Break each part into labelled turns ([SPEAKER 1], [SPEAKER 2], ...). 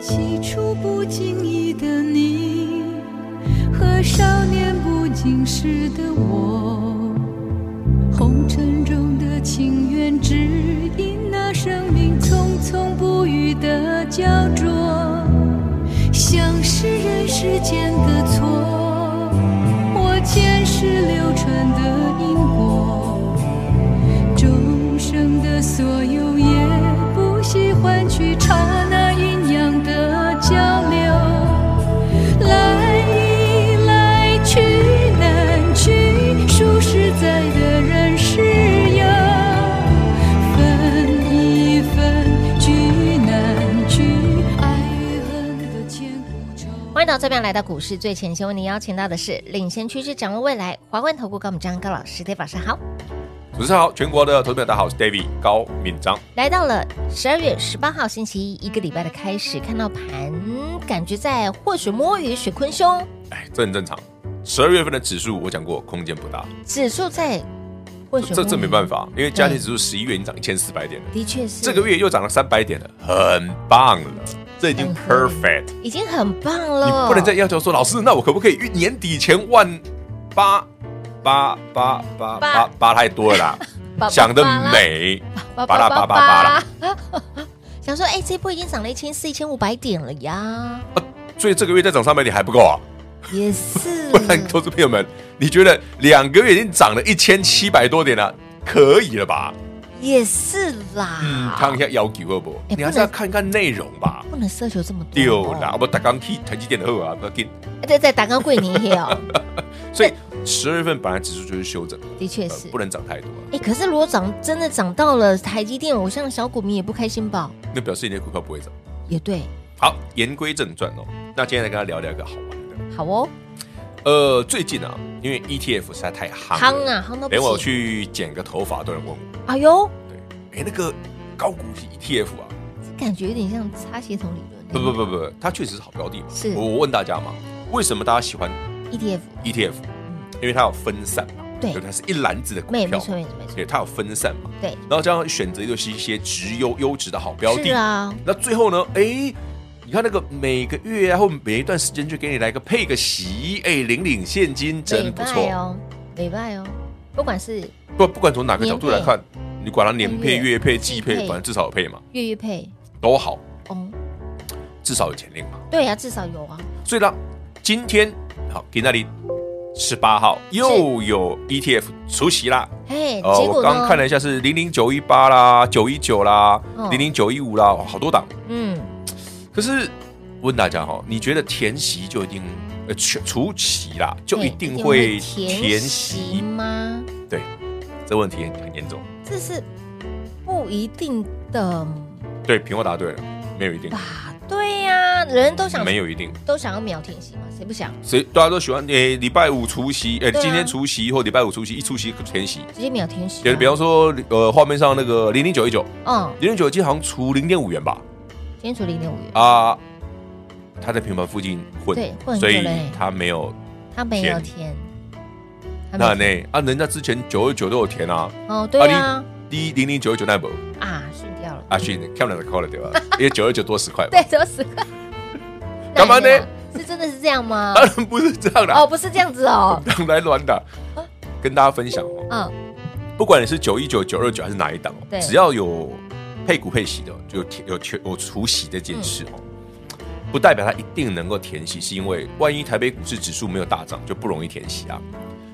[SPEAKER 1] 起初不经意的你和少年不经事的我，红尘中的情缘，指引那生命匆匆不语的焦灼，像是人世间的错，我前世流传的因果，众生的所有也不惜换取刹那阴阳的交流，来易来去难去，数十载的人世游，分一分聚难聚，爱与恨的千古愁。
[SPEAKER 2] 欢迎到这边来到股市最前线，为您邀请到的是领先趋势、掌握未来华冠投顾高敏章高老师，大家晚上好。
[SPEAKER 3] 主持人好，全国的投资者大家好，我是 David 高敏章。
[SPEAKER 2] 来到了十二月十八号星期一，一个礼拜的开始，看到盘感觉在或水摸鱼、水坤凶，
[SPEAKER 3] 哎，这很正常。十二月份的指数我讲过，空间不大，
[SPEAKER 2] 指数在混水摸
[SPEAKER 3] 这
[SPEAKER 2] 鱼
[SPEAKER 3] 这没办，法，因为家庭
[SPEAKER 2] 对
[SPEAKER 3] 指数十一月已经涨一千四百点了，
[SPEAKER 2] 的确是
[SPEAKER 3] 这个月又涨了三百点了，很棒了，这已经
[SPEAKER 2] 嗯
[SPEAKER 3] perfect。
[SPEAKER 2] 已经很棒
[SPEAKER 3] 你
[SPEAKER 2] 了，
[SPEAKER 3] 不能再要求说，老师，那我可不可以年底前万八八八八八 八太多了啦？
[SPEAKER 2] 巴巴巴拉
[SPEAKER 3] 想得美，
[SPEAKER 2] 巴
[SPEAKER 3] 巴拉巴拉巴拉。
[SPEAKER 2] 想说，哎、这一波已经涨了一千四、一千五百点了 呀，
[SPEAKER 3] 所以这个月再涨三百点还不够啊！
[SPEAKER 2] 也是。
[SPEAKER 3] 不然， 投资朋友们，你觉得两个月已经涨了一千七百多点了，可以了吧？
[SPEAKER 2] 也是啦。
[SPEAKER 3] 嗯，看一下要求好不好？
[SPEAKER 2] 哎
[SPEAKER 3] 你哦啊还是要看看内容吧。
[SPEAKER 2] 不能奢求这么多、哦哎
[SPEAKER 3] 丢啦，。我打刚去台积电的后啊，不要紧。
[SPEAKER 2] 对，在打钢柜你也 有，
[SPEAKER 3] 所以十二月份本来指数就是修整，
[SPEAKER 2] 的确
[SPEAKER 3] 呃
[SPEAKER 2] 是。
[SPEAKER 3] 不能涨太多啊，
[SPEAKER 2] 哎、可是如果涨真的涨到了台积电，我像小股民也不开心吧？
[SPEAKER 3] 那表示你的股票不会涨。
[SPEAKER 2] 也对，
[SPEAKER 3] 好，言归正传哦，那今天来跟大家聊聊一个好玩的。
[SPEAKER 2] 好哦，
[SPEAKER 3] 呃，最近啊，因为 ETF 实在太夯
[SPEAKER 2] 夯
[SPEAKER 3] 了
[SPEAKER 2] 啊夯到不
[SPEAKER 3] 连我
[SPEAKER 2] 行。
[SPEAKER 3] 去剪个头发都有人问我，
[SPEAKER 2] 哎呦，
[SPEAKER 3] 对，哎，那个高股息 ETF 啊，
[SPEAKER 2] 这感觉有点像擦鞋桶理论。
[SPEAKER 3] 不不不不，它确实是好标的嘛。
[SPEAKER 2] 是
[SPEAKER 3] 我我问大家嘛，为什么大家喜欢
[SPEAKER 2] ，ETF
[SPEAKER 3] ETF？因为它有分散嘛，
[SPEAKER 2] E 对
[SPEAKER 3] 它是一篮子的股
[SPEAKER 2] 没没
[SPEAKER 3] 票嘛，
[SPEAKER 2] 错没错没错，
[SPEAKER 3] 对，它有分散嘛，
[SPEAKER 2] 对，
[SPEAKER 3] 然后这样选择就是一些直优优质的好标
[SPEAKER 2] 是
[SPEAKER 3] 的。
[SPEAKER 2] 啊，
[SPEAKER 3] 那最后呢，哎，你看那个每个月啊，或每一段时间就给你来个配个息，哎，领领现金，真不
[SPEAKER 2] 美
[SPEAKER 3] 错。
[SPEAKER 2] 拜哦，美拜哦，不管是
[SPEAKER 3] 不不管从哪个角度来看，你管它年配、
[SPEAKER 2] 月
[SPEAKER 3] 月配、
[SPEAKER 2] 季
[SPEAKER 3] 季
[SPEAKER 2] 配
[SPEAKER 3] 配，反正至少有配嘛，
[SPEAKER 2] 月月配，
[SPEAKER 3] 都好，
[SPEAKER 2] 哦，
[SPEAKER 3] 至少有钱领嘛。
[SPEAKER 2] 对呀、至少有啊，
[SPEAKER 3] 所以呢，今天好给那里十八号又有 E ETF 除息啦。
[SPEAKER 2] 嘿，
[SPEAKER 3] 哦，
[SPEAKER 2] 哎结
[SPEAKER 3] 我
[SPEAKER 2] 果
[SPEAKER 3] 刚
[SPEAKER 2] 呢
[SPEAKER 3] 刚看？了一下是零零九一八啦、九一九啦
[SPEAKER 2] 嗯、
[SPEAKER 3] 零零九一五啦，哇好多档。
[SPEAKER 2] 嗯，
[SPEAKER 3] 可是问大家哈、哦，你觉得填息就一定呃全除息啦，就
[SPEAKER 2] 嘿
[SPEAKER 3] 一定会
[SPEAKER 2] 填
[SPEAKER 3] 填
[SPEAKER 2] 息
[SPEAKER 3] 息？
[SPEAKER 2] 吗？
[SPEAKER 3] 对，这问题很很严重。
[SPEAKER 2] 这是不一定的
[SPEAKER 3] 对，平话答对了，没有一定，哎
[SPEAKER 2] 吧？对呀、人都想
[SPEAKER 3] 没有一定。
[SPEAKER 2] 都想要秒填息嘛，谁不想
[SPEAKER 3] 谁大家都喜欢诶，礼拜五除息，诶，
[SPEAKER 2] 对啊
[SPEAKER 3] 今天除息或礼拜五除息，一除息填息。
[SPEAKER 2] 直接秒填息、
[SPEAKER 3] 也
[SPEAKER 2] 啊？
[SPEAKER 3] 比方说，呃，画面上那个零零九一九，
[SPEAKER 2] 嗯，
[SPEAKER 3] 零零九一九好像除零点五元吧，
[SPEAKER 2] 先除零点五元，
[SPEAKER 3] 啊，他在平盘附近混
[SPEAKER 2] 对混很，久
[SPEAKER 3] 所以
[SPEAKER 2] 嘞
[SPEAKER 3] 他没有
[SPEAKER 2] 他没有填，他没
[SPEAKER 3] 那
[SPEAKER 2] 有
[SPEAKER 3] 呢
[SPEAKER 2] 填
[SPEAKER 3] 啊，人家之前九二九都有填啊，
[SPEAKER 2] 哦，对啊，
[SPEAKER 3] 第一零零九九那本
[SPEAKER 2] 啊，训掉了
[SPEAKER 3] 啊，去看不了 call 了对吧？ 因为九二九多十块嘛，
[SPEAKER 2] 嗯对，都十块，
[SPEAKER 3] 干嘛呢
[SPEAKER 2] 那
[SPEAKER 3] 啊
[SPEAKER 2] 你呢？是真的是这样 吗？
[SPEAKER 3] 当然不是这样
[SPEAKER 2] 啊哦，啊
[SPEAKER 3] 啦，
[SPEAKER 2] 不是这样子哦，
[SPEAKER 3] 让来乱的，跟大家分享哦，
[SPEAKER 2] 嗯，
[SPEAKER 3] 不管你是九一九、九二九还是哪一档
[SPEAKER 2] 对
[SPEAKER 3] 哦，只要有配股配息的，就有填有全有除息这
[SPEAKER 2] 嗯
[SPEAKER 3] 件事哦。不代表它一定能够填息，是因为万一台北股市指数没有大涨，就不容易填息啊。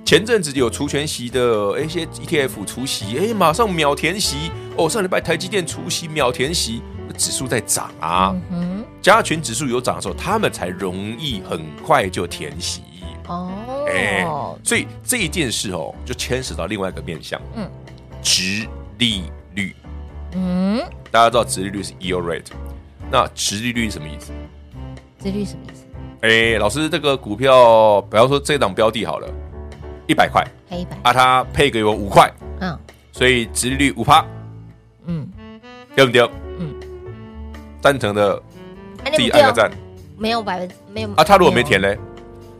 [SPEAKER 3] 前阵子有除权息的哎一些 ETF 除息，哎，马上秒填息哦。上礼拜台积电除息秒填息，那指数在涨啊。
[SPEAKER 2] 嗯
[SPEAKER 3] 加权指数有涨的时候，他们才容易很快就填息。
[SPEAKER 2] 哼，哦，
[SPEAKER 3] 哎、所以这一件事哦，就牵扯到另外一个面向，
[SPEAKER 2] 嗯
[SPEAKER 3] 嗯，殖利率。
[SPEAKER 2] 嗯，
[SPEAKER 3] 大家知道殖利率是 yield rate，那殖利率是什么意思？
[SPEAKER 2] 自律什么意思？
[SPEAKER 3] 哎，老师，这个股票，比方说这档标的好了，一百块
[SPEAKER 2] 黑白
[SPEAKER 3] 啊，它配给我五块，
[SPEAKER 2] 啊，
[SPEAKER 3] 所以殖利率五趴，
[SPEAKER 2] 嗯，
[SPEAKER 3] 对不对？
[SPEAKER 2] 嗯，
[SPEAKER 3] 赞成的
[SPEAKER 2] 啊
[SPEAKER 3] 自己按个赞
[SPEAKER 2] 没有哎百分没有
[SPEAKER 3] 啊。他如果没填
[SPEAKER 2] 了，
[SPEAKER 3] 嘞，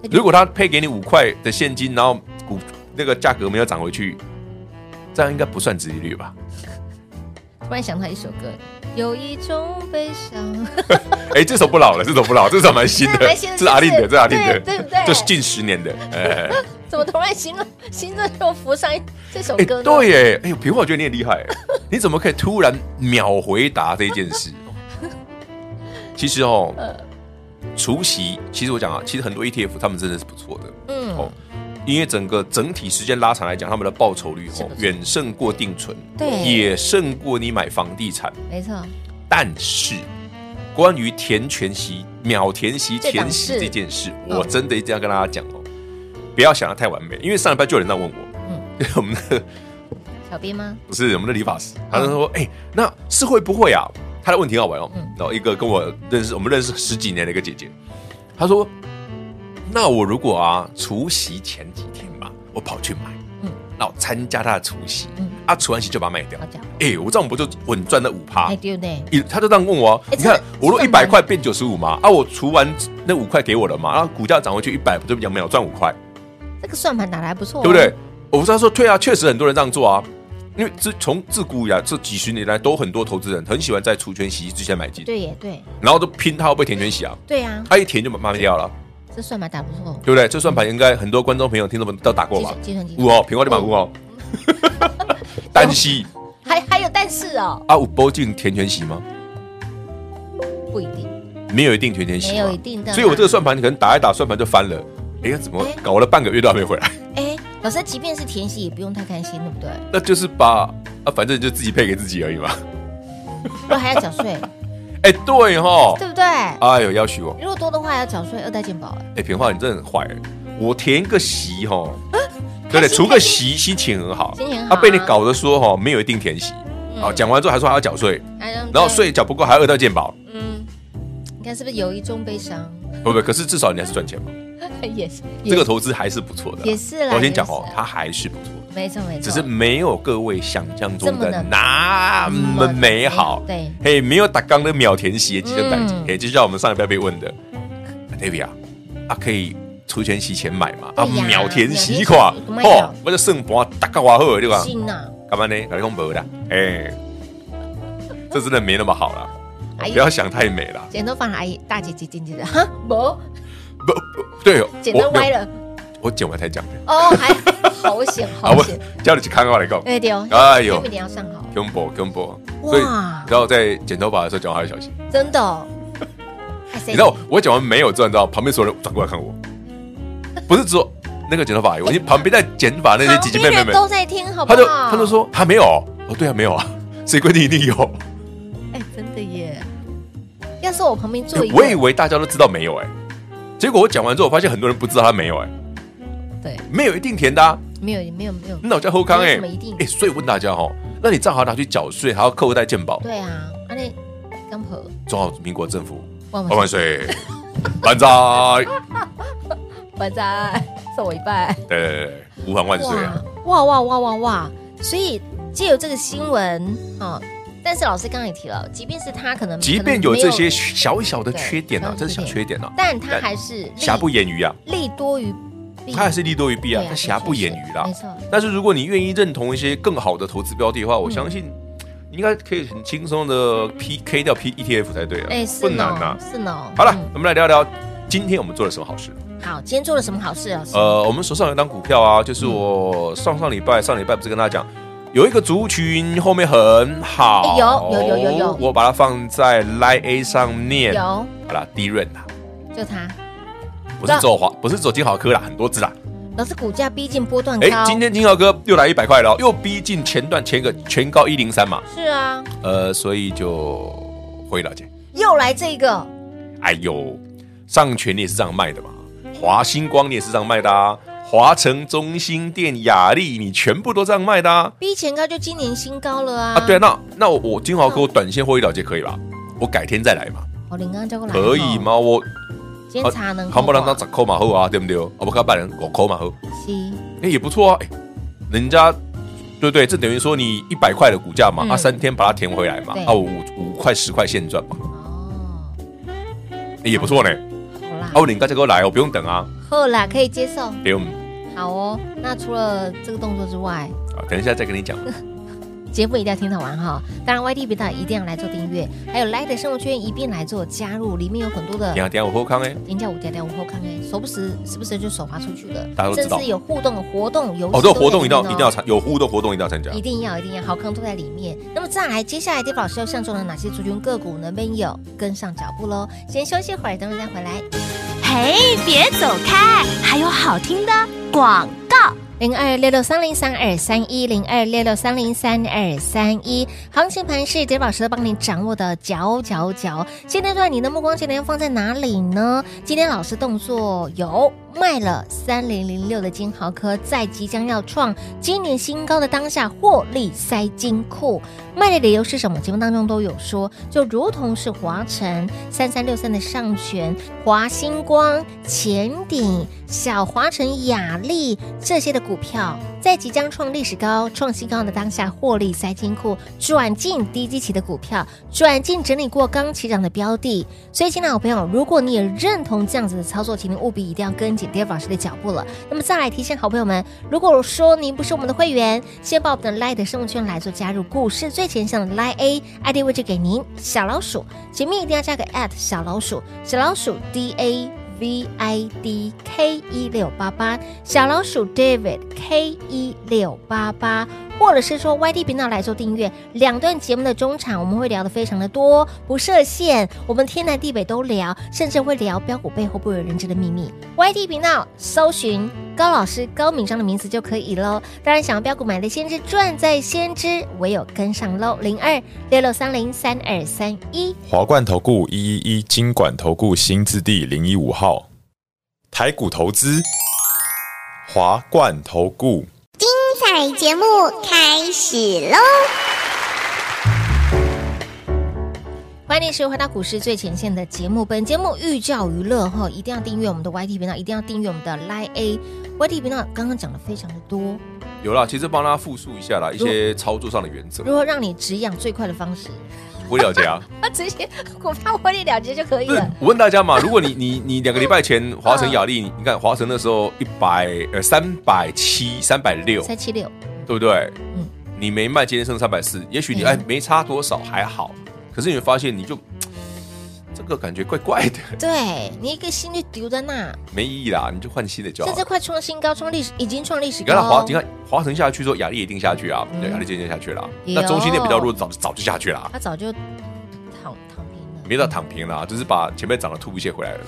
[SPEAKER 2] 那就
[SPEAKER 3] 如果他配给你五块的现金，然后股那个价格没有涨回去，这样应该不算殖利率吧？
[SPEAKER 2] 突然想到一首歌，有一种悲伤，
[SPEAKER 3] 哎，这首不老了，这首不老，这首蛮新的，
[SPEAKER 2] 这蛮新的
[SPEAKER 3] 这是阿令的，
[SPEAKER 2] 是
[SPEAKER 3] 这是阿令的，
[SPEAKER 2] 对对不对
[SPEAKER 3] 这是近十年的。哎，
[SPEAKER 2] 怎么突然心中心中又浮上一这首
[SPEAKER 3] 哎
[SPEAKER 2] 歌呢？
[SPEAKER 3] 对耶，哎，平我觉得你很厉害，你怎么可以突然秒回答这件事？ 其实哦，
[SPEAKER 2] 嗯
[SPEAKER 3] 除夕，其实我讲啊，其实很多 ETF 他们真的是不错的，
[SPEAKER 2] 嗯，
[SPEAKER 3] 哦，因为整个整体时间拉长来讲，他们的报酬率
[SPEAKER 2] 是
[SPEAKER 3] 哦
[SPEAKER 2] 不错
[SPEAKER 3] 远胜过定存，
[SPEAKER 2] 对
[SPEAKER 3] 也胜过你买房地产。
[SPEAKER 2] 没错，
[SPEAKER 3] 但是关于填全息、秒填息、
[SPEAKER 2] 这档
[SPEAKER 3] 填息
[SPEAKER 2] 事嗯
[SPEAKER 3] 这件事，我真的一定要跟大家讲哦，不要想的太完美，因为上礼拜就有人在问我，嗯， 我们的
[SPEAKER 2] 小编吗？
[SPEAKER 3] 不是我们的理发师，他就说，
[SPEAKER 2] 嗯
[SPEAKER 3] 哎、那是会不会啊？他的问题很好玩哦，然后一个跟我认识，我们认识十几年的一个姐姐，她说，那我如果啊除夕前几天吧，我跑去买，
[SPEAKER 2] 嗯
[SPEAKER 3] 嗯，然后参加她的除夕，
[SPEAKER 2] 嗯
[SPEAKER 3] 啊，除完夕就把它卖掉
[SPEAKER 2] 好，家伙，
[SPEAKER 3] 哎、我这样不就稳赚了五趴？
[SPEAKER 2] 哎对对，
[SPEAKER 3] 一他就这样问我啊，
[SPEAKER 2] 欸
[SPEAKER 3] 你看
[SPEAKER 2] 这个
[SPEAKER 3] 我若
[SPEAKER 2] 这
[SPEAKER 3] 一
[SPEAKER 2] 个蛮
[SPEAKER 3] 百块变九十五嘛，啊，我除完那五块给我了嘛，然后股价涨回去一百，不就两秒赚五块，
[SPEAKER 2] 这个算盘打得还不错，哦
[SPEAKER 3] 对不对？？我不是他说对啊，确实很多人这样做啊，因为自从自古以来这几十年来，都很多投资人很喜欢在除权息之前买进，
[SPEAKER 2] 对耶，对
[SPEAKER 3] 然后都拼它会不会填权息啊，
[SPEAKER 2] 对啊，
[SPEAKER 3] 它一填就卖掉了，
[SPEAKER 2] 这算盘打得不错，
[SPEAKER 3] 对不对？这算盘应该很多观众朋友、听众朋友都打过
[SPEAKER 2] 计
[SPEAKER 3] 吧
[SPEAKER 2] 算？计算机
[SPEAKER 3] 五哦，平花就买五哦， 单息
[SPEAKER 2] 还还有但是哦，
[SPEAKER 3] 啊，五波进填权息吗？
[SPEAKER 2] 不一定，
[SPEAKER 3] 没有一定全天息嘛，
[SPEAKER 2] 没有一定的
[SPEAKER 3] 所以我这个算盘可能打一打，算盘就翻了。哎呀，怎么
[SPEAKER 2] 哎
[SPEAKER 3] 搞了半个月都还没回来？
[SPEAKER 2] 哎，老师，即便是填息也不用太开心，对不对？
[SPEAKER 3] 那就是把啊，反正就自己配给自己而已 嘛。
[SPEAKER 2] 不然还要缴税，
[SPEAKER 3] 哎，对哈，
[SPEAKER 2] 对不对？
[SPEAKER 3] 哎呦，要许我，
[SPEAKER 2] 如果多的话，还要缴税，二代健保，哎
[SPEAKER 3] 哎，平话你真的很坏哎，我填一个席哈，对不
[SPEAKER 2] 开
[SPEAKER 3] 对？
[SPEAKER 2] 心
[SPEAKER 3] 除个席，心情很好，
[SPEAKER 2] 啊心情很好嗯
[SPEAKER 3] 啊，被你搞得说哈，没有一定填席。啊，讲完之后还说还要缴税，
[SPEAKER 2] 还让
[SPEAKER 3] 然后税缴不够还要二到健保，
[SPEAKER 2] 嗯，你看是不是有一种悲伤？
[SPEAKER 3] 不不，可是至少你还是赚钱嘛，
[SPEAKER 2] 也是，
[SPEAKER 3] 这个投资还是不错的啦。啊
[SPEAKER 2] 也是啦
[SPEAKER 3] 我先讲
[SPEAKER 2] 也是
[SPEAKER 3] 哦
[SPEAKER 2] 啦，
[SPEAKER 3] 它还是不错的。
[SPEAKER 2] 没错没错，
[SPEAKER 3] 只是没有各位想象中
[SPEAKER 2] 这么
[SPEAKER 3] 的
[SPEAKER 2] 的
[SPEAKER 3] 那么美好。
[SPEAKER 2] 对，
[SPEAKER 3] 嘿，没有打刚的秒填息的鸡生代
[SPEAKER 2] 嗯
[SPEAKER 3] 嘿，就像我们上一拜被问的啊，David 啊，啊可以除权息前买嘛？啊，
[SPEAKER 2] 对呀
[SPEAKER 3] 秒填息
[SPEAKER 2] 秒
[SPEAKER 3] 款
[SPEAKER 2] 填息买了，
[SPEAKER 3] 我就剩盘打个话好对吧？
[SPEAKER 2] 心啊呐，
[SPEAKER 3] 干嘛呢？老公没啦，哎，这真的没那么好啦，
[SPEAKER 2] 哎呀
[SPEAKER 3] 不要想太美啦。
[SPEAKER 2] 剪头发的阿姨大姐姐剪姐的， 哈，没
[SPEAKER 3] 不，不对哦，
[SPEAKER 2] 剪
[SPEAKER 3] 我
[SPEAKER 2] 到歪了，
[SPEAKER 3] 我剪完才讲的
[SPEAKER 2] 哦，还好 险
[SPEAKER 3] 啊，
[SPEAKER 2] 好
[SPEAKER 3] 我
[SPEAKER 2] 险，
[SPEAKER 3] 叫你去看我来讲，
[SPEAKER 2] 哎对哦，
[SPEAKER 3] 哎呦
[SPEAKER 2] 一定要上好，
[SPEAKER 3] 跟波跟波，
[SPEAKER 2] 哇
[SPEAKER 3] 所以然后在剪头发的时候讲话要小心。
[SPEAKER 2] 真的 哦，哎谁
[SPEAKER 3] 你知道我讲完没有之后，你知道旁边所有人转过来看我，不是只有那个剪头发，我经旁边在剪发那些姐姐妹
[SPEAKER 2] 旁
[SPEAKER 3] 妹
[SPEAKER 2] 边人
[SPEAKER 3] 们，
[SPEAKER 2] 都在听，好不
[SPEAKER 3] 他
[SPEAKER 2] 好？
[SPEAKER 3] 就他就，说他没有，哦对啊没有啊， 谁规定一定有？
[SPEAKER 2] 哎，真的耶，要是我旁边坐一个，
[SPEAKER 3] 我以为大家都知道没有哎，结果我讲完之后，我发现很多人不知道他没有哎，
[SPEAKER 2] 对，
[SPEAKER 3] 没有一定填的啊，
[SPEAKER 2] 没有没有没有，
[SPEAKER 3] 那我叫后康
[SPEAKER 2] 没有
[SPEAKER 3] 哎
[SPEAKER 2] 什么一定，
[SPEAKER 3] 哎，所以问大家哦，那你账号拿去缴税，还要扣代健保，
[SPEAKER 2] 对啊，阿那刚和
[SPEAKER 3] 中华民国政府
[SPEAKER 2] 万
[SPEAKER 3] 万万岁， 万岁，
[SPEAKER 2] 万岁，送我一拜。
[SPEAKER 3] 对对对，吾皇万岁啊！
[SPEAKER 2] 哇哇哇哇哇！所以借由这个新闻哦，但是老师刚刚也提了，即便是他可能
[SPEAKER 3] 即便有这，
[SPEAKER 2] 可能没
[SPEAKER 3] 些小小的
[SPEAKER 2] 对
[SPEAKER 3] 缺点啊，
[SPEAKER 2] 小
[SPEAKER 3] 这是
[SPEAKER 2] 小
[SPEAKER 3] 小
[SPEAKER 2] 缺
[SPEAKER 3] 缺点啊，
[SPEAKER 2] 但他还是利
[SPEAKER 3] 瑕不掩瑜啊，
[SPEAKER 2] 利多于弊，
[SPEAKER 3] 它还是利多于弊啊
[SPEAKER 2] 对，啊
[SPEAKER 3] 它瑕不掩瑜啦啊
[SPEAKER 2] 没错。
[SPEAKER 3] 但是如果你愿意认同一些更好的投资标的的
[SPEAKER 2] 嗯
[SPEAKER 3] 话，我相信你应该可以很轻松的 PK 掉 P ETF 才对啊
[SPEAKER 2] 哎，，是
[SPEAKER 3] 不
[SPEAKER 2] 呢
[SPEAKER 3] 难啊。
[SPEAKER 2] 是呢。
[SPEAKER 3] 好了，我们来聊聊今天我们做了什么好事。
[SPEAKER 2] 嗯，好，今天做了什么好事，老师？
[SPEAKER 3] 呃，我们手上有一档股票啊，就是我上上礼拜、上礼拜不是跟大家讲，有一个族群后面很好，
[SPEAKER 2] 哎有有有有有
[SPEAKER 3] 我把它放在 Line A 上面，
[SPEAKER 2] 有，
[SPEAKER 3] 好啦，低润啦，
[SPEAKER 2] 就他，
[SPEAKER 3] 不是走华，不是走金豪科啦，很多只啦。
[SPEAKER 2] 老师股价逼近波段
[SPEAKER 3] 哎，
[SPEAKER 2] 高，
[SPEAKER 3] 今天金豪哥又来一百块了哦，又逼近前段前个全高一零三嘛，
[SPEAKER 2] 是啊，
[SPEAKER 3] 呃，所以就回了解。
[SPEAKER 2] 又来这个，
[SPEAKER 3] 哎呦，上权你也是这样卖的嘛，华星光你也是这样卖的啊，华城、中心店、雅丽你全部都这样卖的啊。
[SPEAKER 2] 逼前高就今年新高了啊！
[SPEAKER 3] 啊，对啊，那那我我金豪哥我短线获利了结可以吧？我改天再来嘛，
[SPEAKER 2] 哦，林刚叫过来，
[SPEAKER 3] 可以
[SPEAKER 2] 哦？
[SPEAKER 3] 吗？我
[SPEAKER 2] 今天茶能
[SPEAKER 3] 含不啷当十扣马后啊，对不对？哦，不，看半人五扣马后，
[SPEAKER 2] 吸，
[SPEAKER 3] 哎，也不错啊，哎，人家对不对？这等于说你一百块的股价嘛，
[SPEAKER 2] 嗯
[SPEAKER 3] 啊，三天把它填回来嘛
[SPEAKER 2] 对，
[SPEAKER 3] 啊，五五块十块现赚嘛，
[SPEAKER 2] 哦，
[SPEAKER 3] 哎也不错呢。
[SPEAKER 2] 好啦
[SPEAKER 3] 啊，，我领刚才给我来，我不用等啊，
[SPEAKER 2] 好啦，可以接受，
[SPEAKER 3] 不用
[SPEAKER 2] 好哦。那除了这个动作之外，
[SPEAKER 3] 啊，等一下再跟你讲。
[SPEAKER 2] 节目一定要听到完哈。当然，YT 频道一定要来做订阅，还有 Light 的生活圈一并来做加入，里面有很多的
[SPEAKER 3] 等一下等一下我喝康哎，
[SPEAKER 2] 人家五点点午后看看，时不时时不时就手滑出去的，
[SPEAKER 3] 大家都知
[SPEAKER 2] 甚
[SPEAKER 3] 道
[SPEAKER 2] 至有互动的活动游戏
[SPEAKER 3] 哦，
[SPEAKER 2] 都在
[SPEAKER 3] 这
[SPEAKER 2] 里
[SPEAKER 3] 个
[SPEAKER 2] 面哦，
[SPEAKER 3] 活动一定要一定要参，有互动活动一定要参加
[SPEAKER 2] 一。定要一定要，好康都在里面。那么再来，接下来 d a 老师要上中了哪些族群个股呢？没有跟上脚步喽。先休息会儿，等会儿再回来。
[SPEAKER 4] 嘿，别走开，还有好听的广告。
[SPEAKER 2] 零二六六三零三二三一零二六六三零三二三一，行情盘是杰老师帮您掌握的脚脚脚。现阶段你的目光焦点要放在哪里呢？今天老师动作有卖了三零零六的金豪科，在即将要创今年新高的当下，获利塞金库。卖的理由是什么？节目当中都有说，就如同是华晨三三六三的上权、华星光、前鼎、小华晨、雅丽这些的股票，在即将创历史高、创新高的当下，获利塞金库，转进低基期的股票，转进整理过刚起涨的标的。所以，亲爱的好朋友，如果你也认同这样子的操作，请您务必一定要跟紧 d a v 老师的脚步了。那么，再来提醒好朋友们，如果说您不是我们的会员，先把我们的 Light 的生物圈来做加入，股市最前线的 Light A ID 位置给您，小老鼠前面一定要加个 at 小老鼠，小老鼠 D A。V I D K 一六八八，小老鼠 David K 一六八八，或者是说 YT 频道来做订阅。两段节目的中场，我们会聊的非常的多，不设限，我们天南地北都聊，甚至会聊标股背后不为人知的秘密。YT 频道搜寻高老师高敏章的名字就可以喽。当然，想要标股买的先知赚在先知，唯有跟上喽。零二六六三零三二三一。
[SPEAKER 5] 华冠投顾一一一金管投顾新字第零一五号，台股投资，华冠投顾。
[SPEAKER 6] 彩节目开始喽！
[SPEAKER 2] 欢迎你，持续回到股市最前线的节目。本节目寓教于乐哈，一定要订阅我们的 YT 频道，一定要订阅我们的 Line A YT 频道。刚刚讲的非常的多，
[SPEAKER 3] 有啦，其实帮大家复述一下啦，一些操作上的原则，
[SPEAKER 2] 如何让你止痒最快的方式，
[SPEAKER 3] 不了解啊。
[SPEAKER 2] 啊， 直接股票获利了结就 可以啊
[SPEAKER 3] 不是
[SPEAKER 2] 了。，
[SPEAKER 3] 我问大家嘛，如果你你你两个礼拜前华晨雅丽，你看华晨那时候一百呃三百七三百六，
[SPEAKER 2] 三七六，
[SPEAKER 3] 对不对？
[SPEAKER 2] 嗯
[SPEAKER 3] 你没卖，今天剩三百四，也许你
[SPEAKER 2] 嗯
[SPEAKER 3] 哎没差多少还好，可是你会发现你就这个感觉怪怪的，
[SPEAKER 2] 对你一个心率丢在那，
[SPEAKER 3] 没意义啦，你就换新的就好
[SPEAKER 2] 甚
[SPEAKER 3] 了
[SPEAKER 2] 至。快创新高，创历史已经创历史
[SPEAKER 3] 你看
[SPEAKER 2] 高
[SPEAKER 3] 它
[SPEAKER 2] 嗯
[SPEAKER 3] 华，。你看华晨下去之后，雅丽一定下去啊，对，雅丽渐渐下去了啊。
[SPEAKER 2] 有
[SPEAKER 3] 那中心店比较弱，早早就下去了啊，
[SPEAKER 2] 他早就躺躺平了，
[SPEAKER 3] 没到躺平了啊，就是把前面涨的吐一些回来了啦。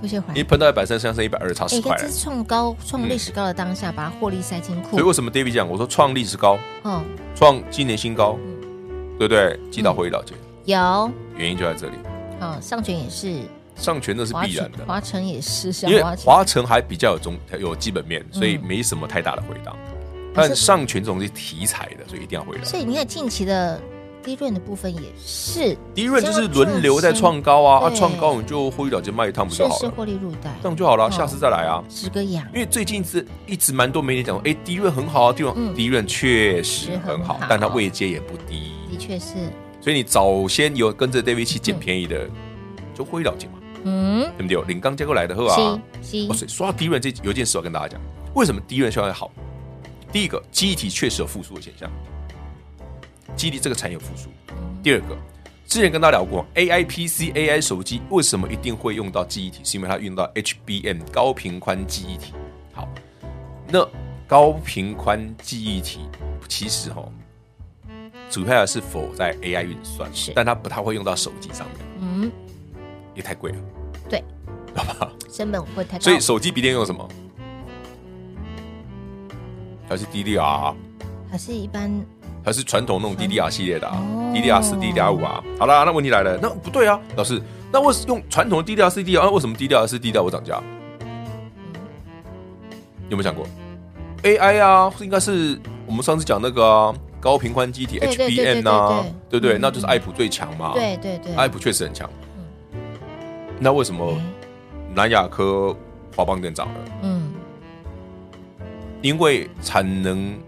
[SPEAKER 2] 出现回来
[SPEAKER 3] 你。碰到一百三，剩下剩一百二，差
[SPEAKER 2] 哎
[SPEAKER 3] 十，块嗯
[SPEAKER 2] 但
[SPEAKER 3] 了
[SPEAKER 2] 这。是创高、创历史高的当下，把它获利塞进库
[SPEAKER 3] 所以。为什么 David 讲，我说创历史高，
[SPEAKER 2] 哦，
[SPEAKER 3] 创今年新高，
[SPEAKER 2] 嗯
[SPEAKER 3] 对不对？击倒回忆老街，
[SPEAKER 2] 有，
[SPEAKER 3] 原因就在这里。
[SPEAKER 2] 哦，上权也是。
[SPEAKER 3] 上权那是
[SPEAKER 2] 华
[SPEAKER 3] 必然
[SPEAKER 2] 晨
[SPEAKER 3] 的，
[SPEAKER 2] 华晨也是，像
[SPEAKER 3] 因为
[SPEAKER 2] 华晨
[SPEAKER 3] 华晨还比较有中有基本面，所以没什么太大的回档。但
[SPEAKER 2] 嗯可是
[SPEAKER 3] 上权这种是题材的，所以一定要回档。
[SPEAKER 2] 所以你看近期的低润的部分也是
[SPEAKER 3] 第一轮就是轮流在创高
[SPEAKER 2] 这
[SPEAKER 3] 啊，
[SPEAKER 2] 样
[SPEAKER 3] 啊
[SPEAKER 2] 对
[SPEAKER 3] 创高你就获利了结卖一趟不就
[SPEAKER 2] 顺
[SPEAKER 3] 好
[SPEAKER 2] 势
[SPEAKER 3] 了？
[SPEAKER 2] 获利入袋，
[SPEAKER 3] 这样就好了，
[SPEAKER 2] 嗯
[SPEAKER 3] 下次再来啊。
[SPEAKER 2] 十个羊
[SPEAKER 3] 因为最近是一直蛮多媒体讲说，哎，第一轮很好啊，第一
[SPEAKER 2] 嗯
[SPEAKER 3] 轮第一轮确实很
[SPEAKER 2] 是很
[SPEAKER 3] 好
[SPEAKER 2] 好，
[SPEAKER 3] 但它位阶也不低，
[SPEAKER 2] 的确是，
[SPEAKER 3] 所以你早先有跟着 David 去捡便宜的，就获利了结嘛，
[SPEAKER 2] 嗯，
[SPEAKER 3] 对不对？领刚接过来的后啊，
[SPEAKER 2] 是
[SPEAKER 3] 哦，
[SPEAKER 2] 是，
[SPEAKER 3] 所以说到第一轮这有一件事要跟大家讲，为什么第一轮效应好？第一个，记忆体确实有复苏的现象，记忆体这个产业有复苏。第二个，之前跟大家聊过，AI PC、AI 手机为什么一定会用到记忆体，是因为它用到 HBM 高频宽记忆体。好，那高频宽记忆体其实哈、哦，主要是否在 AI 运算，
[SPEAKER 2] 是
[SPEAKER 3] 但它不太会用到手机上面，
[SPEAKER 2] 嗯，
[SPEAKER 3] 也太贵了。
[SPEAKER 2] 对，成本会太高，
[SPEAKER 3] 所以手机笔电用什么？还是 DDR，
[SPEAKER 2] 还是一般
[SPEAKER 3] 还是传统那种 DDR 系列的、啊
[SPEAKER 2] 哦
[SPEAKER 3] DDR 四、DDR 五啊？好啦，那问题来了，那不对啊，老师，那为用传统 DDR 四、DDR 啊为什么 DDR 四、DDR 五涨价？
[SPEAKER 2] 嗯
[SPEAKER 3] 有没有想过？AI 啊，应该是我们上次讲那个啊、高频宽机体
[SPEAKER 2] 对对对
[SPEAKER 3] HBM 啊，
[SPEAKER 2] 对对对
[SPEAKER 3] 对不对？
[SPEAKER 2] 嗯
[SPEAKER 3] 那就是啊爱普最强嘛，
[SPEAKER 2] 对对对，嗯哎
[SPEAKER 3] 爱普确实很强。那为什么南亚科、华邦更早了，
[SPEAKER 2] 嗯
[SPEAKER 3] 因为产能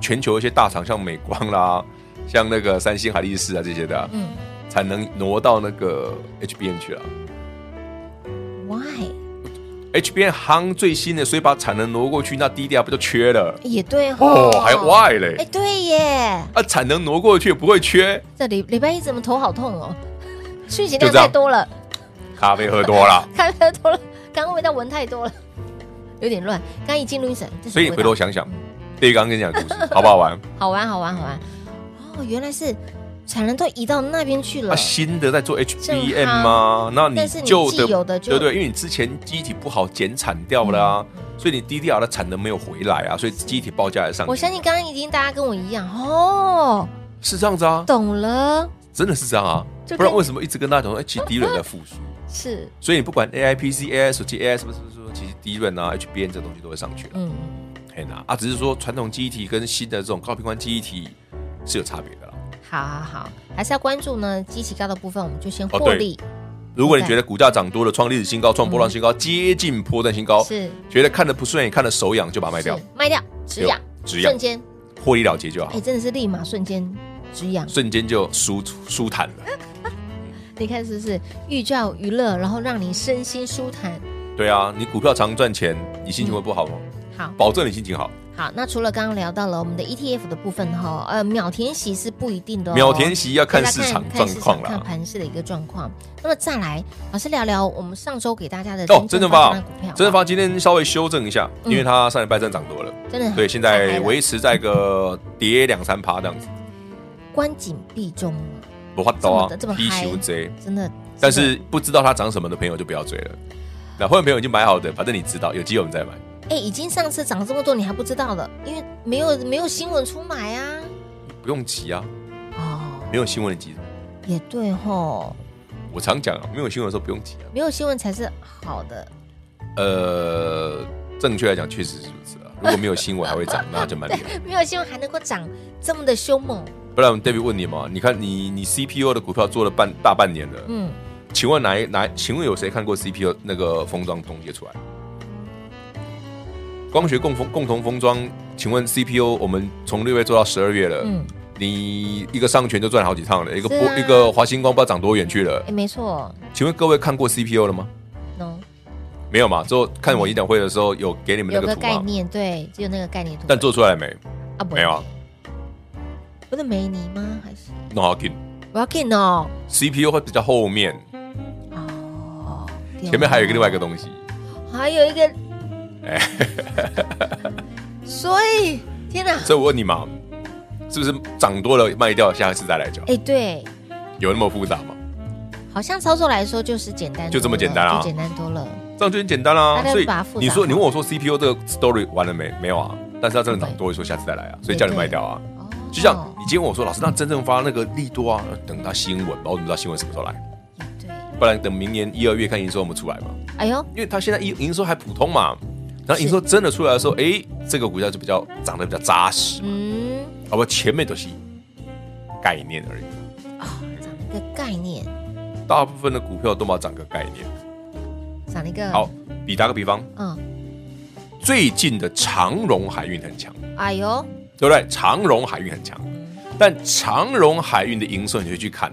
[SPEAKER 3] 全球一些大厂，像美光啦， 像那个三星、海力士啊这些的啊、
[SPEAKER 2] 嗯
[SPEAKER 3] 产能挪到那个 HBM 去了。
[SPEAKER 2] ，Why？
[SPEAKER 3] HBM 夯最新的，所以把产能挪过去，那 DDR 不就缺了？
[SPEAKER 2] 也对哦
[SPEAKER 3] 哦，还有 Y 嘞
[SPEAKER 2] 哎，，对耶，
[SPEAKER 3] 啊，产能挪过去也不会缺，
[SPEAKER 2] 这礼礼拜一怎么头好痛 哦？讯息
[SPEAKER 3] 就
[SPEAKER 2] 量
[SPEAKER 3] 这样
[SPEAKER 2] 太多了，
[SPEAKER 3] 咖啡喝多 了，
[SPEAKER 2] 看太多了，刚刚味道闻太多了， 有点乱。刚一进录音室，这是
[SPEAKER 3] 所以你回
[SPEAKER 2] 味道
[SPEAKER 3] 头想想，
[SPEAKER 2] 啊
[SPEAKER 3] 对刚刚跟你讲的故事好不好玩？
[SPEAKER 2] 好玩，好玩，好玩。哦，原来是产能都移到那边去了
[SPEAKER 3] 啊，。新的在做
[SPEAKER 2] 正
[SPEAKER 3] HBM
[SPEAKER 2] 夯
[SPEAKER 3] 吗？那你
[SPEAKER 2] 但是你
[SPEAKER 3] 旧
[SPEAKER 2] 既有的就嗯
[SPEAKER 3] 对对，因为你之前机体不好减产掉了啊，所以你 DDR 的产能没有回来啊，所以机体报价也上去。
[SPEAKER 2] 我相信刚刚已经大家跟我一样哦，
[SPEAKER 3] 是这样子啊，
[SPEAKER 2] 懂了，
[SPEAKER 3] 真的是这样啊，
[SPEAKER 2] 就
[SPEAKER 3] 不然
[SPEAKER 2] 跟
[SPEAKER 3] 为什么一直跟大家讲说，哎，其实 DRAM 在复苏？
[SPEAKER 2] 是，
[SPEAKER 3] 所以你不管 AI、PC、AI 手机、AI 什么什么什么，其实 DRAM 啊、HBM 这东西都会上去了。啊
[SPEAKER 2] 嗯，
[SPEAKER 3] 嘿呐啊，只是说传统记忆体跟新的这种高频宽记忆体是有差别的啦。
[SPEAKER 2] 好好好，还是要关注呢，机器高的部分，我们就先
[SPEAKER 3] 哦
[SPEAKER 2] 获利，
[SPEAKER 3] 如果你觉得股价涨多了，创历史新高、创波浪新高，接近波段新高，
[SPEAKER 2] 嗯是
[SPEAKER 3] 觉得看的不顺眼、看的手痒，就把它卖掉
[SPEAKER 2] 是，卖掉，止痒，
[SPEAKER 3] 止痒
[SPEAKER 2] 瞬间，
[SPEAKER 3] 获利了结就好
[SPEAKER 2] 哎，，真的是立马瞬间止痒。
[SPEAKER 3] 瞬间就舒舒坦了。
[SPEAKER 2] 你看是不是寓教于乐，然后让你身心舒坦？
[SPEAKER 3] 对啊，你股票常赚钱，你心
[SPEAKER 2] 嗯
[SPEAKER 3] 情会不好吗？
[SPEAKER 2] 好
[SPEAKER 3] 保证你心情好。
[SPEAKER 2] 好，那除了刚刚聊到了我们的 ETF 的部分哈，呃，秒填息是不一定的、哦，
[SPEAKER 3] 秒填息要看
[SPEAKER 2] 大家
[SPEAKER 3] 市场
[SPEAKER 2] 啊看
[SPEAKER 3] 状
[SPEAKER 2] 市场
[SPEAKER 3] 况
[SPEAKER 2] 看
[SPEAKER 3] 啦。
[SPEAKER 2] 盘市的一个状况。那么再来，老师聊聊我们上周给大家的
[SPEAKER 3] 哦，真的
[SPEAKER 2] 发
[SPEAKER 3] 发
[SPEAKER 2] 展股票，，
[SPEAKER 3] 真的发，今天稍微修正一下，
[SPEAKER 2] 嗯
[SPEAKER 3] 因为它上礼拜真的涨多了，
[SPEAKER 2] 真的
[SPEAKER 3] 对，现在维持在个跌两三趴这样子，
[SPEAKER 2] 关紧闭中嘛，
[SPEAKER 3] 不发抖
[SPEAKER 2] 这
[SPEAKER 3] 啊
[SPEAKER 2] 么的这么，嗨
[SPEAKER 3] 修贼。
[SPEAKER 2] 真的。
[SPEAKER 3] 但是不知道它涨什么的朋友就不要追了。那会员朋友已经买好的，反正你知道，有机会我们再买。
[SPEAKER 2] 哎、已经上次涨这么多，你还不知道的，因为没有没有新闻出来啊。
[SPEAKER 3] 不用急啊，
[SPEAKER 2] 哦，
[SPEAKER 3] 没有新闻的急。
[SPEAKER 2] 也对吼，
[SPEAKER 3] 我常讲啊，没有新闻的时候不用急啊。
[SPEAKER 2] 没有新闻才是好的。
[SPEAKER 3] 呃，正确来讲确实是如此啊。如果没有新闻还会涨，那就蛮厉害。
[SPEAKER 2] 没有新闻还能够涨这么的凶猛，
[SPEAKER 3] 不然我们 David 问你嘛，你看你你 CPU 的股票做了半大半年了，
[SPEAKER 2] 嗯，
[SPEAKER 3] 请问哪一哪？请问有谁看过 CPU 那个封装东西出来？光学共封共同封装，请问 CPU 我们从六月做到十二月了，
[SPEAKER 2] 嗯
[SPEAKER 3] 你一个上权就赚好几趟了，一个
[SPEAKER 2] 是
[SPEAKER 3] 波、
[SPEAKER 2] 啊
[SPEAKER 3] 一个华星光不知道涨多远去了
[SPEAKER 2] 哎、。没错
[SPEAKER 3] 请问各位看过 CPU 了吗？
[SPEAKER 2] ，no，
[SPEAKER 3] 没有嘛？之后看我演讲会的时候有给你们
[SPEAKER 2] 嗯
[SPEAKER 3] 那
[SPEAKER 2] 有
[SPEAKER 3] 个
[SPEAKER 2] 个
[SPEAKER 3] 图
[SPEAKER 2] 概
[SPEAKER 3] 嘛？
[SPEAKER 2] 念，对，只有那个概念图，
[SPEAKER 3] 但做出来没？
[SPEAKER 2] 啊不
[SPEAKER 3] 没有啊，
[SPEAKER 2] 不是梅尼吗？还是
[SPEAKER 3] 弄好听。
[SPEAKER 2] 我要 k i n 哦，
[SPEAKER 3] CPU 会比较后面，
[SPEAKER 2] 哦，
[SPEAKER 3] 前面还有一个另外一
[SPEAKER 2] 个，
[SPEAKER 3] 个东西。
[SPEAKER 2] 还有一个，
[SPEAKER 3] 哎
[SPEAKER 2] 所以天哪，
[SPEAKER 3] 所以我问你嘛，是不是涨多了卖掉，下一次再来讲？
[SPEAKER 2] 哎、对，
[SPEAKER 3] 有那么复杂吗？
[SPEAKER 2] 好像操作来说就是简单多了，
[SPEAKER 3] 就这么简单啊
[SPEAKER 2] 就简单多了，
[SPEAKER 3] 这样就很简单啦、
[SPEAKER 2] 大家
[SPEAKER 3] 所
[SPEAKER 2] 就
[SPEAKER 3] 以
[SPEAKER 2] 把它复杂化哦
[SPEAKER 3] 你说你问我说 CPU 这个 story 完了没？没有啊。但是它真的涨多，说下次再来啊，所以叫你卖掉啊。
[SPEAKER 2] 哦，
[SPEAKER 3] 就像你今天问我说，老师，那真正发那个利多啊，等它新闻吧，我怎么知道新闻什么时候来？
[SPEAKER 2] 对，
[SPEAKER 3] 不然等明年一二月看营收有没有出来嘛？
[SPEAKER 2] 哎呦，
[SPEAKER 3] 因为它现在营营收还普通嘛，然后营收真的出来的时候，哎，这个股价就比较涨得比较扎实，
[SPEAKER 2] 嗯，
[SPEAKER 3] 好不好？前面都是概念而已。
[SPEAKER 2] 长了一个概念，
[SPEAKER 3] 大部分的股票都嘛涨个概念。
[SPEAKER 2] 长了一个
[SPEAKER 3] 好，，比打个比方，
[SPEAKER 2] 嗯，
[SPEAKER 3] 最近的长荣海运很强，
[SPEAKER 2] 哎呦，
[SPEAKER 3] 对不对？长荣海运很强，但长荣海运的营收你就去看，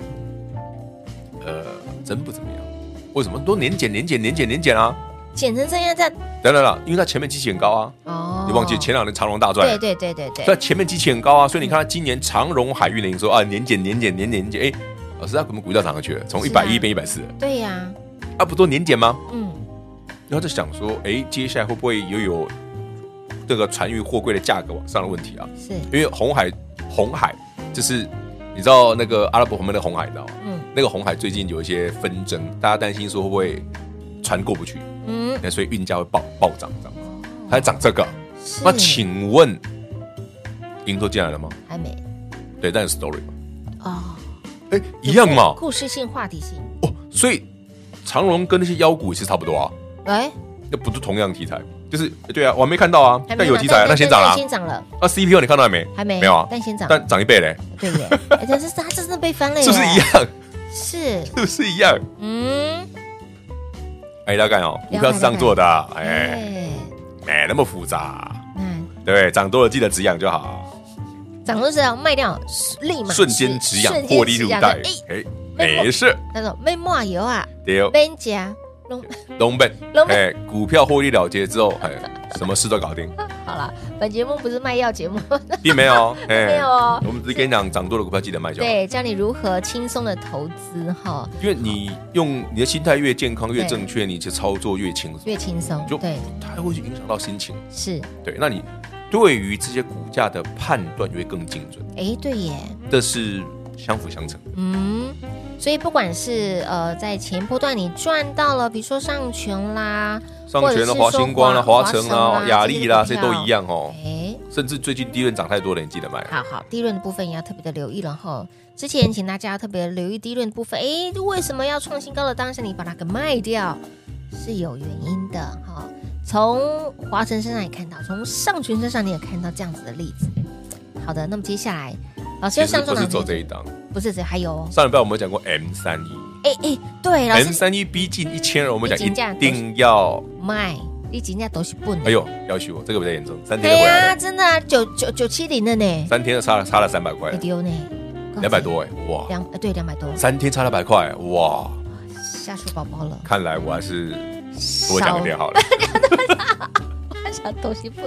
[SPEAKER 3] 呃，真不怎么样。为什么都年减、年减、年减、年减啊？
[SPEAKER 2] 简成这样在
[SPEAKER 3] 等等啦，因为它前面基期很高啊，
[SPEAKER 2] 哦，
[SPEAKER 3] 你忘记前两年长荣大赚，
[SPEAKER 2] 对对对对对，
[SPEAKER 3] 在前面基期很高啊，所以你看它今年长荣海运的营收啊，年减、年减、年减、年减，哎，老师，它我们股价涨上去了，从一
[SPEAKER 2] 是啊
[SPEAKER 3] 百一变一百四，
[SPEAKER 2] 对呀、
[SPEAKER 3] 啊，不都年减吗？
[SPEAKER 2] 嗯，
[SPEAKER 3] 然后在想说，哎，接下来会不会又有这个船运货柜的价格往上的问题啊？
[SPEAKER 2] 是，
[SPEAKER 3] 因为红海，红海就是你知道那个阿拉伯旁边的红海，你知道吗？
[SPEAKER 2] 嗯
[SPEAKER 3] 那个红海最近有一些纷争，大家担心说会不会船过不去，
[SPEAKER 2] 嗯，
[SPEAKER 3] 那所以运价会暴暴涨这样子。
[SPEAKER 2] 哦
[SPEAKER 3] 它涨这个，
[SPEAKER 2] 是
[SPEAKER 3] 那请问营收进来了吗？
[SPEAKER 2] 还没
[SPEAKER 3] 对，但是 story 嘛，
[SPEAKER 2] 哦，
[SPEAKER 3] 哎，一样嘛。
[SPEAKER 2] 故事性、话题性，
[SPEAKER 3] 哦，所以长荣跟那些妖股也是差不多啊，
[SPEAKER 2] 哎，
[SPEAKER 3] 那不是同样题材，就是对啊，我还没看到啊，
[SPEAKER 2] 还没
[SPEAKER 3] 但有
[SPEAKER 2] 嘛
[SPEAKER 3] 题材啊，
[SPEAKER 2] 但
[SPEAKER 3] 那先涨
[SPEAKER 2] 但
[SPEAKER 3] 啦。
[SPEAKER 2] 先涨了，
[SPEAKER 3] 啊，CPU 你看到了没？
[SPEAKER 2] 还没
[SPEAKER 3] 没有啊，
[SPEAKER 2] 但先涨
[SPEAKER 3] 但涨一倍嘞，
[SPEAKER 2] 对 耶，哎但是它真啊的被翻了耶，
[SPEAKER 3] 是不是一样？
[SPEAKER 2] 是，
[SPEAKER 3] 哎是不是一样？
[SPEAKER 2] 嗯，
[SPEAKER 3] 哎，大概哦，股票是这样做的啊，哎
[SPEAKER 2] 哎，
[SPEAKER 3] 哎，那么复杂，
[SPEAKER 2] 那
[SPEAKER 3] 对不对？涨多了记得止痒就好，
[SPEAKER 2] 涨多是要卖掉，立马
[SPEAKER 3] 瞬间止痒，获利入袋
[SPEAKER 2] 哎，，
[SPEAKER 3] 哎，
[SPEAKER 2] 哎
[SPEAKER 3] 没事，
[SPEAKER 2] 那种被抹油啊，
[SPEAKER 3] 对哦，
[SPEAKER 2] 被夹，弄
[SPEAKER 3] 龙本
[SPEAKER 2] 龙，本
[SPEAKER 3] 哎，股票获利了结之后，哎，什么事都 搞定，
[SPEAKER 2] 好了。本节目不是卖药节目，
[SPEAKER 3] 并没有，哎，
[SPEAKER 2] 没有哦
[SPEAKER 3] 我们只是跟你讲，涨多了股票记得卖就好。
[SPEAKER 2] 对，教你如何轻松的投资哈，
[SPEAKER 3] 因为你用你的心态越健康、越
[SPEAKER 2] 对
[SPEAKER 3] 正确，你的操作越轻松，
[SPEAKER 2] 越轻松，
[SPEAKER 3] 就
[SPEAKER 2] 对，
[SPEAKER 3] 它会去影响到心情。
[SPEAKER 2] 是，
[SPEAKER 3] 对，那你对于这些股价的判断也会更精准，
[SPEAKER 2] 哎，对耶，
[SPEAKER 3] 这是相辅相成的。
[SPEAKER 2] 嗯，所以不管是呃，在前一波段你赚到了，比如说上权啦，
[SPEAKER 3] 上
[SPEAKER 2] 或者
[SPEAKER 3] 权
[SPEAKER 2] 是
[SPEAKER 3] 了、华
[SPEAKER 2] 说
[SPEAKER 3] 星光了、
[SPEAKER 2] 华
[SPEAKER 3] 华
[SPEAKER 2] 华
[SPEAKER 3] 城
[SPEAKER 2] 城
[SPEAKER 3] 啊、
[SPEAKER 2] 啊
[SPEAKER 3] 雅丽啦，
[SPEAKER 2] 这些
[SPEAKER 3] 这些
[SPEAKER 2] 股票
[SPEAKER 3] 都一样哦。
[SPEAKER 2] 哎，
[SPEAKER 3] 甚至最近低润涨太多了，你记得买啊。
[SPEAKER 2] 好好，低润的部分也要特别的留意了哈。之前请大家特别留意低润的部分，哎，为什么要创新高的当下你把它给卖掉，是有原因的哈。从华晨身上也看到，从上群身上你也看到这样子的例子。好的，那么接下来老师
[SPEAKER 3] 其
[SPEAKER 2] 要
[SPEAKER 3] 实
[SPEAKER 2] 上
[SPEAKER 3] 不
[SPEAKER 2] 周
[SPEAKER 3] 是
[SPEAKER 2] 哪
[SPEAKER 3] 走这
[SPEAKER 2] 边
[SPEAKER 3] 一档，
[SPEAKER 2] 不是这还有哦，
[SPEAKER 3] 上礼拜我们有讲过 M 三一
[SPEAKER 2] 哎哎，对，老
[SPEAKER 3] ，M
[SPEAKER 2] 师
[SPEAKER 3] 三一逼近一千人，我们讲
[SPEAKER 2] 逼近价
[SPEAKER 3] 一定要，
[SPEAKER 2] 卖，你人家都是笨的。
[SPEAKER 3] 哎呦，要许我这个比较严重，三天
[SPEAKER 2] 哎
[SPEAKER 3] 就回来
[SPEAKER 2] 呀，
[SPEAKER 3] 了，
[SPEAKER 2] 真的啊九九九七零的呢，
[SPEAKER 3] 三天就差了差了三百块
[SPEAKER 2] 没，丢呢，
[SPEAKER 3] 两百多哎，哇，
[SPEAKER 2] 两呃对两百多，
[SPEAKER 3] 三天差两百块，哇！
[SPEAKER 2] 吓死宝宝 了，
[SPEAKER 3] 看来我还是多讲一点好了。
[SPEAKER 2] 啥东西不？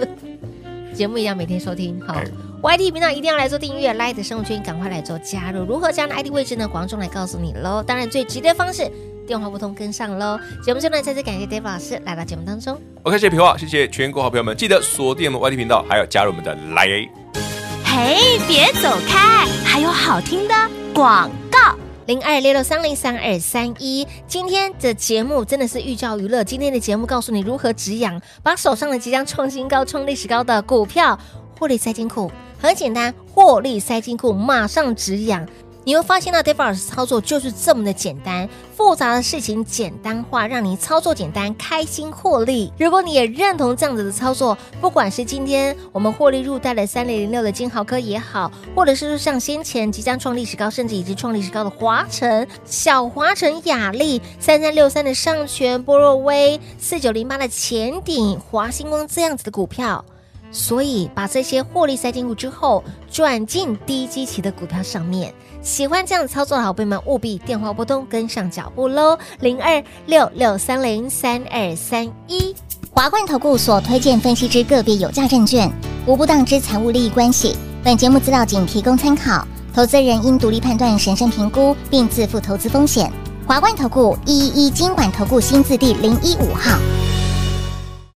[SPEAKER 2] 节目一样每天收听，好
[SPEAKER 3] 哎
[SPEAKER 2] ，YT 频道一定要来做订阅，Light 生活圈赶快来做加入。如何加入 ID 位置呢？广众来告诉你喽。当然，最直接的方式，电话拨通跟上喽。节目最后呢，再次感谢 Dave 老师来到节目当中。
[SPEAKER 3] OK，谢谢皮话，谢谢全国好朋友们，记得锁定我们 YT 频道，还有加入我们的来。
[SPEAKER 4] 嘿，别走开，还有好听的广告。
[SPEAKER 2] 零二六六三零三二三一。今天的节目真的是寓教于乐。今天的节目告诉你如何止痒，把手上的即将创新高、创历史高的股票获利塞进库，很简单，获利塞进库，马上止痒。你会发现到 d e v 老师操作就是这么的简单，复杂的事情简单化，让你操作简单，开心获利。如果你也认同这样子的操作，不管是今天我们获利入袋的三零零六的金豪科也好，或者是说像先前即将创历史高，甚至已经创历史高的华晨、小华晨、雅丽、三三六三的上权、波若威、四九零八的前顶、华星光这样子的股票。所以把这些获利塞进股之后，转进低基期的股票上面。喜欢这样操作的好朋友们，务必电话拨通，跟上脚步喽！零二六六三零三二三一。
[SPEAKER 6] 华冠投顾所推荐分析之个别有价证券，无不当之财务利益关系。本节目资料仅提供参考，投资人应独立判断、审慎评估，并自负投资风险。华冠投顾一一一金管投顾新字第零一五号。